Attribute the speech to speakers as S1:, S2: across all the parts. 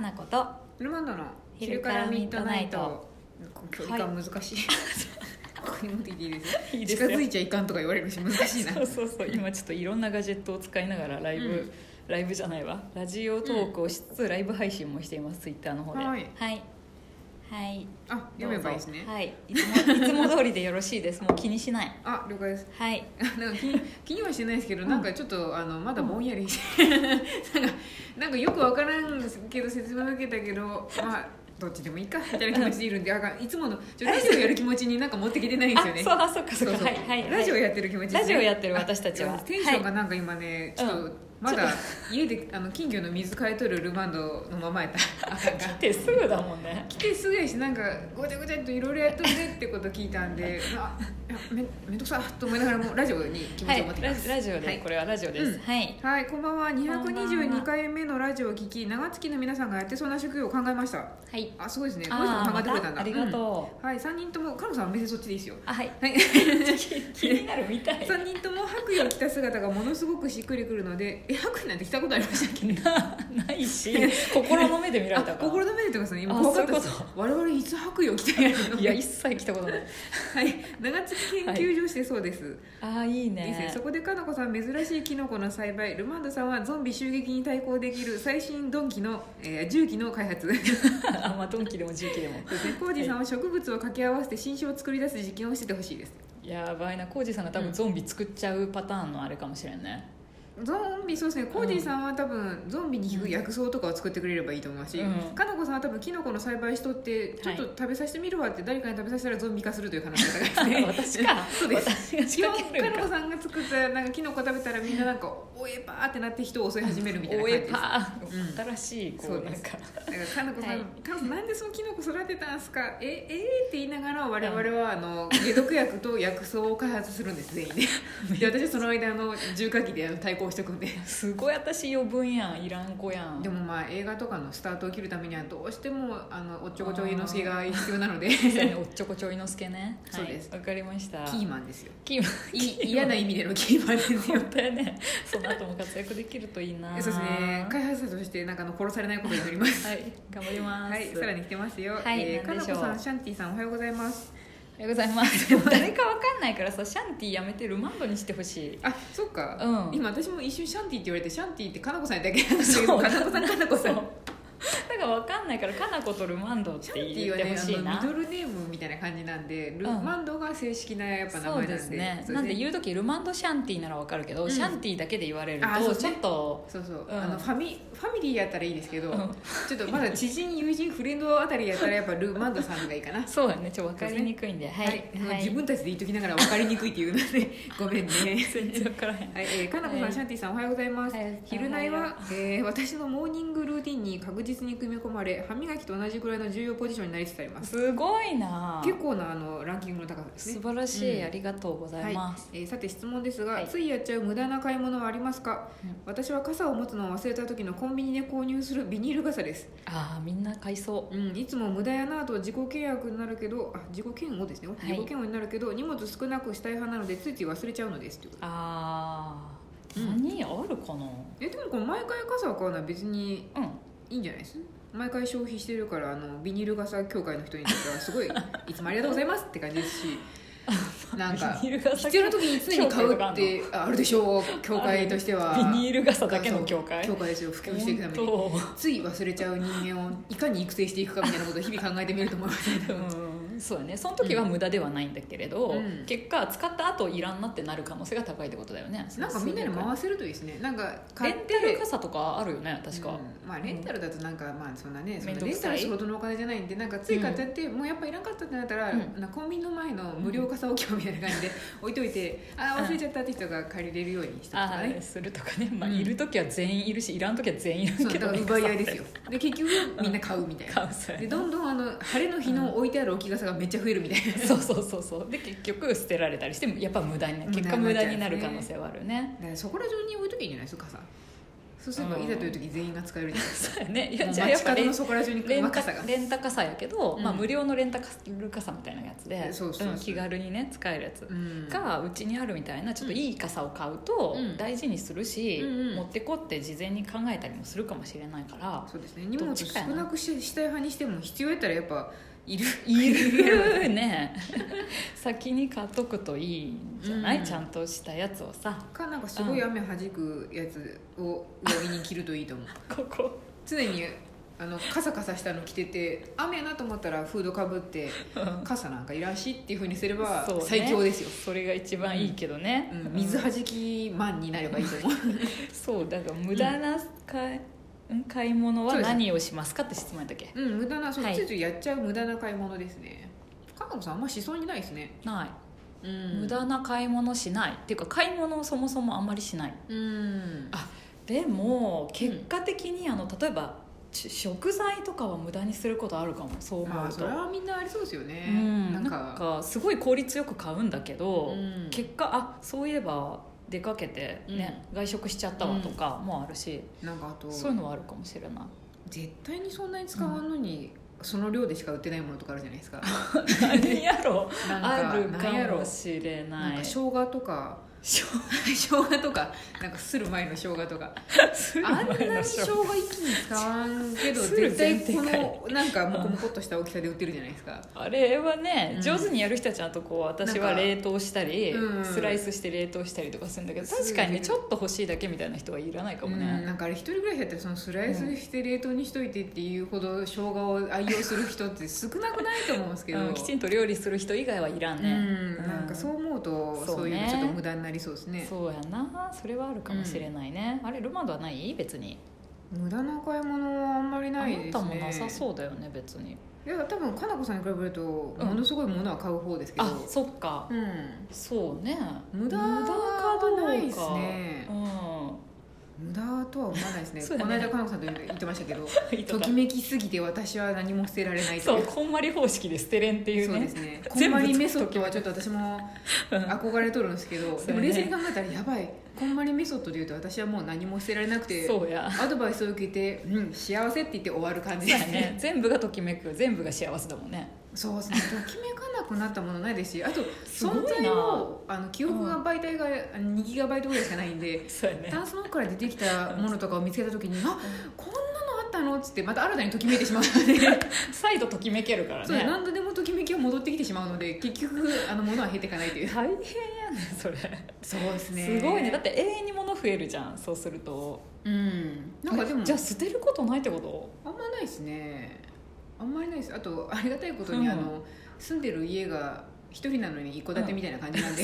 S1: なこと
S2: ルマンドの
S1: 昼からミッドナイト
S2: 距離感難しい、 ここに持ってきていいですよ
S1: い
S2: 近づいちゃいかんとか言われるし難しいな
S1: そうそうそう今ちょっといろんなガジェットを使いながらライブ、
S2: うん
S1: ライブじゃないわラジオトークをしつつ、ライブ配信もしていますツイッターの方では
S2: はい
S1: いはい、
S2: あ
S1: ど
S2: 読
S1: うぞ
S2: めばいいです ね、
S1: はいいつもいつも通りでよろしいですもう気にしない
S2: あ了解です
S1: はい
S2: なんか気に気にはしてないですけど、
S1: うん
S2: なんかちょっとあのまだぼんやり してなんかなんかよくわからんけど説明受けたけどまあどっちでもいいかみたいな気持ちでいるんであかんいつものちょラジオやる気持ちになんか持ってきてないんですよね
S1: あそうあそうかそうか
S2: そうそう
S1: はいはいはい
S2: ラジオやってる気持ちですね
S1: ラジオやってる私たちは
S2: あいやテンションがなんか今ね、
S1: はい
S2: ちょっ
S1: う
S2: と
S1: ん
S2: まだ家であの金魚の水買い取るルマンドのままやったあかんか
S1: 来 てすぐだもんね
S2: 来てすぐやしなんかごちゃごちゃっといろいろやっとるねってこと聞いたんであいやめめんどくさと思いながらもうラジオに気持
S1: は
S2: ちを
S1: い
S2: 持ってき
S1: ラ
S2: ま
S1: ジ
S2: す、
S1: ラジオで、
S2: はい
S1: これはラジオです、
S2: うん
S1: はい
S2: はい、こんばんは
S1: こんばんは
S2: 222回目のラジオを聞き長月の皆さんがやってそうな職業を考えました
S1: はい
S2: あすごいですねこの人
S1: あ
S2: も
S1: ー
S2: 考え
S1: また
S2: てくれたんだ
S1: ありがとう、
S2: うんはい3人ともカノさんは目線そっちでいいですよ
S1: あ はい
S2: はい
S1: 気になるみたい
S2: 3人とも白衣を着た姿がものすごくしっくりくるのでえ白衣なんて着たことありましたっけ
S1: なないし心の目で見られた
S2: あ
S1: か
S2: 心の目でってますね今
S1: あ
S2: 怖かったで
S1: そういう
S2: す
S1: こ
S2: 我々いつ白衣を着たんやろ
S1: いや一切来たことない
S2: はい、長月研究所してそうです、
S1: ああいいね
S2: いいですねそこでかのこさん珍しいキノコの栽培ルマンドさんはゾンビ襲撃に対抗できる最新鈍器の、えー、銃器の開 発そうですね
S1: あまあドンキでも重機でも
S2: コージさんは植物を掛け合わせて新種を作り出す実験をしててほしいです
S1: やばいな浩二さんが多分ゾンビ作っちゃうパターンのあれかもしれんね
S2: ゾンビそうですねコージさんは多分ゾンビに効く薬草とかを作ってくれればいいと思うし、
S1: うん
S2: かのこさんは多分キノコの栽培しとってちょっと食べさせてみるわって誰かに食べさせたらゾンビ化するという話だった
S1: あ
S2: からです ね
S1: 私か
S2: そうです
S1: 私が仕
S2: 基
S1: 掛
S2: 本
S1: け
S2: か
S1: る
S2: のこ
S1: か
S2: さんが作ったなんかキノコ食べたらみんななんか「おえば」ってなって人を襲い始めるみたいな
S1: お
S2: 感じ
S1: え
S2: ですだか
S1: パ
S2: うん
S1: ー新しいこう
S2: そう
S1: な
S2: で
S1: ん
S2: す
S1: か
S2: らかのこさん、
S1: はい
S2: かのこさんなんでそのキノコ育てたんすかええー、って言いながら我々はあの解毒薬と薬草を開発するんです全員 でで私はその間あの重火器であの対抗しておくんです
S1: ごい私余分やんいらん子やん
S2: でもまあ映画とかのスタートを切るためにはどうしてもあのおっちょこちょいのすけが必要なので
S1: そうね
S2: キ
S1: おっちょこちょいのすけねはい
S2: そうです
S1: わかりました
S2: ーマンですよ
S1: キーマ
S2: い嫌な意味でのキーマンですよ
S1: 本当やねその後も活躍できるといいな
S2: そうですね開発者としてなんかあの殺されないことにな ります
S1: はい頑張ります
S2: はい、さらに来てますよ。
S1: はい
S2: えーか
S1: 何
S2: な
S1: でしょ
S2: こ
S1: う
S2: さん、シャンティさん、おはようございます。
S1: おはようございますでも誰かわかんないからさシャンティやめてルマンドにしてほしい
S2: あ、そっか。
S1: うん
S2: 今私も一瞬シャンティって言われて、シャンティってかなこさんやっ たけなんですけど、
S1: そう
S2: かなこさん、かなこさん。
S1: そうだからわかんないからかなことルマンドっ
S2: シ
S1: て
S2: ャンティ
S1: 言っ
S2: は
S1: て
S2: ね
S1: ほしい、
S2: あ
S1: な、
S2: のミドルネームみたいな感じなんで、ル
S1: うん
S2: マンドが正式なやっぱ名
S1: そう
S2: 前なんで。
S1: ですね
S2: そう
S1: な
S2: です
S1: んで言う時ルマンドシャンティならわかるけど、
S2: うん
S1: シャンティだけで言われる
S2: あそう
S1: とち
S2: ね
S1: ょっと
S2: そうそう、
S1: うん
S2: あのファミファミリーやったらいいですけど、
S1: うん
S2: ちょっとまだ知人友人フレンドあたりやったらやっぱルマンドさんがいいかな
S1: そうだねちょっと分かりにくいんではい、
S2: もう
S1: はい
S2: 自分たちで言っときながら分かりにくいっていうの でごめんね
S1: 全然わからへん
S2: はい、えー、かなこさん、
S1: はい
S2: シャンティさん、おはようございます。
S1: はい
S2: 昼内は、えー、私のモーニングルーティンに確実に組み込まれ、歯磨きと同じくらいの重要ポジションになりつつあります。
S1: すごいな
S2: 結構なあのランキングの高さです
S1: 素
S2: ね。
S1: 晴らしい、
S2: うん
S1: ありがとうございます、
S2: えーさて質問ですが、
S1: はい
S2: ついやっちゃう無駄な買い物はありますか、
S1: うん
S2: 私は傘を持つのを忘れた時のコンビニで購入するビニール傘です、
S1: ああみんな買いそう
S2: うん、いつも無駄やなぁと自己契約になるけどあ自己嫌悪ですね、
S1: い
S2: 自己嫌悪になるけど荷物少なくしたい派なのでついつい忘れちゃうのですということ
S1: ああ、
S2: うん
S1: 何あるかな
S2: えでもこれ毎回傘を買うのは別に
S1: うん
S2: いいんじゃないです毎回消費してるからあのビニール傘協会の人にとってはすごいいつもありがとうございますって感じですし なんか
S1: ビニール傘
S2: 必要な時に常に買うってああるでしょう協会としては
S1: ビニール傘だけの教会
S2: そう教会ですよ普及していくために
S1: 本
S2: つい忘れちゃう人間をいかに育成していくかみたいなことを日々考えてみると思いますけ
S1: 当
S2: ど
S1: うんそうだねその時は無駄ではないんだけれど、
S2: うん
S1: 結果使った後いらんなってなる可能性が高いってことだよね
S2: なんかみんなで
S1: そう
S2: 回せるといいですねなんか
S1: レ
S2: 買っ
S1: ン
S2: て
S1: タル傘とかあるよね確か、
S2: うんまあレンタルだとなんか、まあそんなねそ
S1: めん
S2: の
S1: どく
S2: レンタ
S1: さい
S2: ル仕事のお金じゃないんでなんかつい買っちゃって、もうやっぱいらんかったってなったら、
S1: うん
S2: なんかコンビニの前の無料傘置き場みたいな感じで置いといて、ああ忘れちゃったって人が借りれるようにしておくと
S1: あ
S2: か
S1: あ
S2: ね
S1: するとかね、まあ、
S2: うん
S1: いる時は全員いるしいらん時は全員いる
S2: そう
S1: け
S2: だ
S1: ど
S2: から
S1: ね
S2: 奪い合いですよで結局みんな買うみたいな
S1: 買うそうや
S2: で
S1: ね
S2: どんどんあの晴れの日の置いてある置き傘がめっちゃ増えるみたいな、
S1: そうそうそうそうで結局捨てられたりしてやっぱ無駄になる結果無
S2: 無駄
S1: 駄
S2: に
S1: に
S2: な
S1: な
S2: っちゃう
S1: る可能
S2: ね
S1: 性はあるね
S2: だからそこら中に置いときゃいいんじゃないですか傘そうすれば
S1: うん
S2: いざという時全員が使えるじゃないですか
S1: そうやねいや
S2: もう
S1: じゃあやっ
S2: 街
S1: ぱ
S2: 角
S1: レン
S2: のそこら中に
S1: レン
S2: 若
S1: タ
S2: さが
S1: レンタカ傘やけど、
S2: うん
S1: まあ、無料のレンタカル傘みたいなやつで
S2: そうそうそうん
S1: 気軽にね使えるやつ
S2: うん
S1: がうちにあるみたいなちょっといい傘を買うと
S2: うん
S1: 大事にするし、
S2: うんうん
S1: 持ってこって事前に考えたりもするかもしれないから、
S2: そうですね荷物
S1: どっちか
S2: 少
S1: やな
S2: なくししたい派にしても必要やったらやっぱいる
S1: いる ね先に買っとくといいんじゃない、
S2: うん
S1: ちゃんとしたやつをさ
S2: かなんかすごい雨弾くやつを上着に着るといいと思う
S1: ここ
S2: 常にあのカサカサしたの着てて雨やなと思ったらフードかぶって傘なんかいらんしっていうふうにすれば
S1: そうね
S2: 最強ですよ、
S1: それが一番いいけどね、
S2: うん、水弾きマンになればいいと思う
S1: そうだから無駄な買い,、ん、買い物は
S2: そうです
S1: 何をしますかって質問やったっけ
S2: うん無駄なそう
S1: はい
S2: ついついやっちゃう無駄な買い物ですねかなこさんあんましそうにないですね、
S1: ない、
S2: うん、
S1: 無駄な買い物しないっていうか買い物をそもそもあんまりしない
S2: うん
S1: あでも結果的にあの例えばち食材とかは無駄にすることあるかもそう思
S2: まあ
S1: う
S2: そ
S1: と、
S2: れはみんなありそうですよね、
S1: うん、な
S2: な
S1: んん
S2: か
S1: かすごい効率よく買うんだけど、
S2: うん
S1: 結果あそういえば出かけて、ね外食しちゃったわとかもあるし、
S2: なんかあと
S1: そういうのはあるかもしれない
S2: 絶対にそんなに使わんのに、その量でしか売ってないものとかあるじゃないですか
S1: 何やろ
S2: なんか
S1: あるか
S2: なんやろ
S1: もしれ
S2: なん
S1: な
S2: か
S1: い
S2: 生姜とか
S1: しょ
S2: 生姜とかなんかする前の生姜とかあんなに生姜一気に使わんけ ど
S1: する
S2: 絶対
S1: 前提
S2: こ
S1: かい
S2: のなんかモコモコっとした大きさで売ってるじゃないですか
S1: あれはね、
S2: うん
S1: 上手にやる人たちのとこう私は冷凍したり、
S2: うん
S1: スライスして冷凍したりとかするんだけど
S2: する
S1: 確かにねちょっと欲しいだけみたいな人はいらないかも
S2: うん
S1: ね、
S2: なんかあれ一人ぐらいだったらそのスライスして冷凍にしといてっていうほど生姜を愛用する人って少なくないと思うんですけど、
S1: うんきちんと料理する人以外はいらん
S2: う
S1: ね、
S2: んなんかそう思うと
S1: そ
S2: そうう
S1: ね
S2: いうのちょっと無駄になりそうですね
S1: そうやなそれはあるかもしれないね、あれルマンドはない別に
S2: 無駄な買い物はあんまりないですね
S1: あなたもなさそうだよね別に
S2: いや多分かなこさんに比べるとものすごいものは買う方ですけど、
S1: あそっか
S2: うん
S1: そうね
S2: 無駄
S1: かどうか
S2: はないですね
S1: う
S2: 無駄とは思わないですね
S1: そうだ
S2: この
S1: ね
S2: 間かなこさんと言ってましたけど
S1: んいいと
S2: と
S1: か
S2: きめきすぎて私は何も捨てられないと
S1: そ
S2: いう
S1: うこんまり方式で捨てれんっていう
S2: そうで
S1: ね
S2: すねこん
S1: 全部
S2: まりメソッドはちょっと私も
S1: うん
S2: 憧れとるんですけど、
S1: そうだ
S2: で
S1: ね
S2: も冷静に考えたらやばいこんまりメソッドで言うと私はもう何も捨てられなくて
S1: そうや
S2: アドバイスを受けて、うん、幸せって言って終わる感
S1: そう
S2: じで
S1: や
S2: すね
S1: ね 全部がときめく全部が幸せだもんね
S2: そうですねときめかなくなったものないですしあと
S1: すごいな
S2: 存在をあの記憶が媒体が2ギガバイトぐらいしかないんで
S1: そうやね
S2: タンスの奥から出てきたものとかを見つけた時 に「あこんなのあったの?」っつってまた新たにときめいてしまうので、
S1: 再度ときめけるから
S2: そう
S1: ね
S2: 何度でもときめきは戻ってきてしまうので結局あの物は減っていかないという
S1: 大変やねそれ
S2: そうです
S1: すごいねだって永遠に物増えるじゃんそうすると
S2: うんなんかでも
S1: じゃあ捨てることないって こと
S2: あんまないですねあんまりないですあとありがたいことに、
S1: うん
S2: あの住んでる家が一人なのに一戸建てみたいな感じなんで、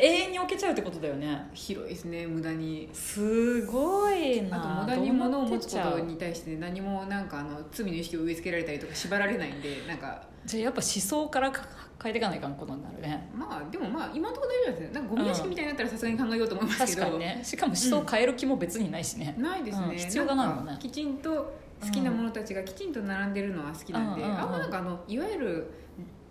S1: 永遠に置けちゃうってことだよね
S2: 広いですね無駄に
S1: すごい
S2: あと
S1: な
S2: 無駄に物を持つこ
S1: どうなっ
S2: と
S1: てっちゃう
S2: に対して何もなんかあの罪の意識を植え付けられたりとか縛られないんでなんか
S1: じゃあやっぱ思想からか変えていかないかんことになるね
S2: まあでもまあ今のところ大丈夫ですねなんかゴミ屋敷みたいになったらさすがに考えようと思いますけ
S1: 確かに
S2: ど、
S1: ねしかも思想を変える気も別にないしね、
S2: ないですね、
S1: うん必要がないもんね
S2: かきちんと好きなものたちがきちんと並んでるのは好きなんで、
S1: うんうんうん
S2: あんまなんかあのいわゆる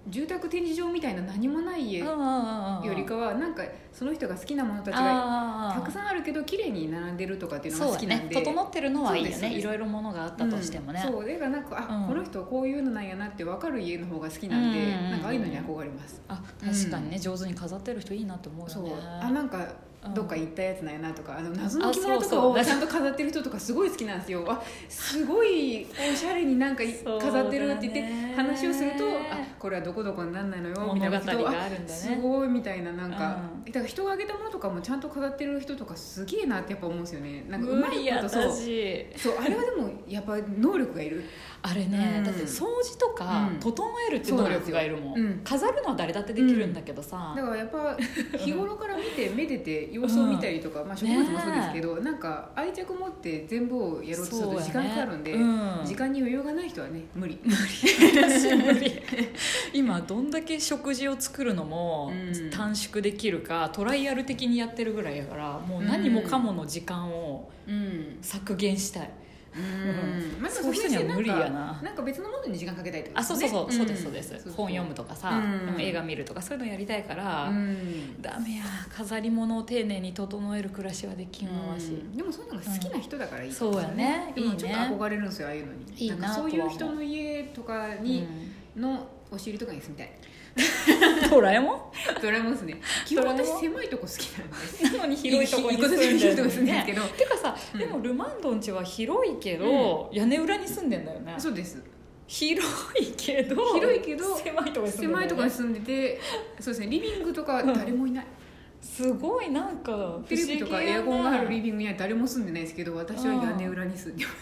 S2: 住宅展示場みたいな何もない家
S1: うん
S2: よ
S1: うんうんうん
S2: りかはなんかその人が好きなものたちが
S1: あ
S2: た
S1: ー
S2: くさんあるけど綺麗に並んでるとかっていうの
S1: そ
S2: が
S1: う
S2: 好き
S1: だ
S2: なん
S1: ね
S2: で、
S1: 整ってるのはいいよ
S2: そうですそう
S1: ね
S2: です
S1: いろいろものがあったとしてもね、
S2: うんそうだからなんかあ、
S1: うん
S2: この人こういうのなんやなって分かる家の方が好きなんで、
S1: うんうんうん
S2: なんかああいうのに憧れます、
S1: あ確かにね、上手に飾ってる人いいなと思う
S2: そ
S1: よ
S2: う
S1: ね
S2: あなんか
S1: うん
S2: どっか行ったやつなんやなとか、あの謎の着
S1: あ
S2: 物と
S1: そうそ
S2: か
S1: う
S2: をちゃんと飾ってる人とかすごい好きなんですよあすごいおしゃれになんか い
S1: そうだね
S2: 飾ってるなって言って話をするとあこれはどこどこになんないのよみたいなこと
S1: 物
S2: を
S1: 語が
S2: あ
S1: あるんだね
S2: すごいみたいななんか、
S1: うん
S2: だから人があげたものとかもちゃんと飾ってる人とかすげえなってやっぱ思うんですよねなんかう
S1: 無
S2: まい
S1: 理
S2: こ
S1: や
S2: とそう
S1: 私
S2: そうあれはでもやっぱ能力がいる
S1: あれね、
S2: うん
S1: だって掃除とか
S2: うん
S1: 整えるって能力がいるもん、
S2: そうなんですようん
S1: 飾るのは誰だってできるんだけどさ、
S2: だからやっぱ日頃から見てめでて様子を見たりとか、まあ、植物もそうですけど、なんか愛着持って全部をやろうとすると時間かかるんで、
S1: そうやねうん
S2: 時間に余裕がない人はね無理
S1: 私 無理今どんだけ食事を作るのも
S2: うん
S1: 短縮できるか、トライアル的にやってるぐらいやからもう何もかもの時間を
S2: うん
S1: 削減したい、
S2: うんまあで
S1: そう
S2: も
S1: いう人には無理やな
S2: なんか別のものに時間かけたいとか、
S1: あそうそうそう、
S2: ね
S1: そうですそうです、
S2: ん
S1: 本読むとかさ、
S2: うん
S1: 映画見るとかそういうのやりたいから、
S2: うん
S1: ダメや飾り物を丁寧に整える暮らしはできんわわし、
S2: うんでもそういうのが好きな人だからいいか
S1: そ
S2: も
S1: う
S2: し
S1: や
S2: れない
S1: ねいい
S2: うん
S1: ね
S2: ちょっと憧れるんですよああいうのに
S1: いいなとは
S2: んか
S1: 思
S2: そうういう人の家とかにのお尻とかに住み たい、
S1: うんドラえもん
S2: ドラえもんですね基本
S1: ドラえもん
S2: 私狭いとこ好きなんで
S1: なのに広いとこに住んでる
S2: 一個ずつ広いとこ住んでるんですけど
S1: てかさ、
S2: うん
S1: でもルマンドン家は広いけど、屋根裏に住んでんだよね
S2: そうです
S1: 広いけど
S2: 広いけど
S1: 狭いとこに住んでんだよ
S2: 狭
S1: ね
S2: いとこに住んでてそうですねリビングとか誰もいない、
S1: すごいなんか不思
S2: テ
S1: 議やな
S2: レビとかエアコンがあるリビングには誰も住んでないですけど私は屋根裏に住んでます、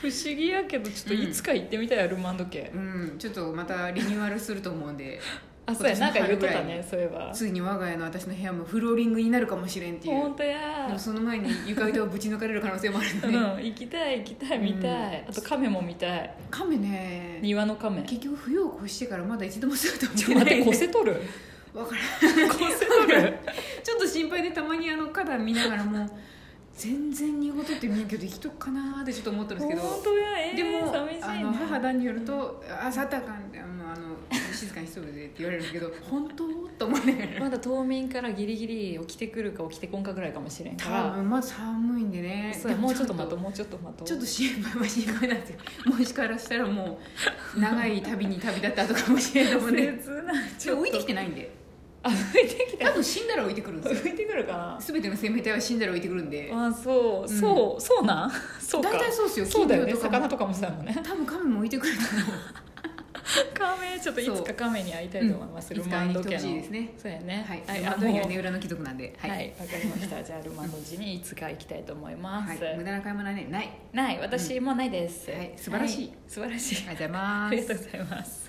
S1: 不思議やけどちょっといつか行ってみたいアルマンド家、
S2: うん、ちょっとまたリニューアルすると思うんで
S1: あそうや
S2: 今
S1: なん
S2: 年の
S1: か言
S2: 春
S1: って
S2: ぐらい
S1: たねそういえば
S2: ついに我が家の私の部屋もフローリングになるかもしれんっていう
S1: 本当や
S2: でもその前に床板をぶち抜かれる可能性もある
S1: う
S2: の
S1: ん
S2: で、
S1: 行きたい行きたい見たい、あと亀も見たい
S2: 亀ね
S1: 庭の 亀ち
S2: 結局冬を越してからまだ一度も姿を見
S1: ょっと
S2: てな
S1: 待っ
S2: い
S1: てこせとる
S2: わからん
S1: こせと る
S2: ちょっと心配でたまにあの花壇見ながらもう全然濁ってって見えんけど生きとくかなーってちょっと思ったんですけど
S1: 本当やえー、
S2: でも
S1: 寂しい
S2: あ
S1: な
S2: の母だによると「あサタカン」ってあのあの静かにしとるでって言われるんですけど「本当?」と思いながら
S1: まだ冬眠からギリギリ起きてくるか起きてこんかぐらいかもしれんか
S2: 多
S1: ら
S2: 分まず寒いんでね
S1: そうやもうちょっと待
S2: ま
S1: と
S2: と
S1: うもうちょっと待とう
S2: ちょっと心配は心配なんですよもしからしたらもう長い旅に旅立ったとかもしれないと思うね
S1: 切ない
S2: でも浮いてきてないんで
S1: あ浮いてきた
S2: 多分死んだら浮いてくるんですよ
S1: 浮いてくるかな
S2: 全ての生命体は死んだら浮いてくるんで
S1: あそう、
S2: ん
S1: そうそうなんそうか
S2: 大体そうですよ
S1: そうだよね
S2: 金魚とかも
S1: 魚とかもそうだもんね
S2: 多分亀も浮いてくると思う
S1: 亀ちょっといつか亀に会いたいと思います、
S2: うんい
S1: ル
S2: つか
S1: マ
S2: 会い
S1: ン
S2: に
S1: ド
S2: 来て
S1: 家
S2: ほ
S1: の
S2: しいですね
S1: そうやね
S2: はい、
S1: あ
S2: はい、
S1: あ
S2: 窓
S1: もう
S2: にはね裏の貴族なんで、
S1: はい、わ、かりました。じゃあ、ルマンドジにいつか行きたいと思います。
S2: はい無駄な買い物はねない。
S1: ない、私もないです。
S2: はい素晴らしい
S1: は素晴らしい。
S2: ありがとうございま
S1: あ
S2: す
S1: り。がとうございます。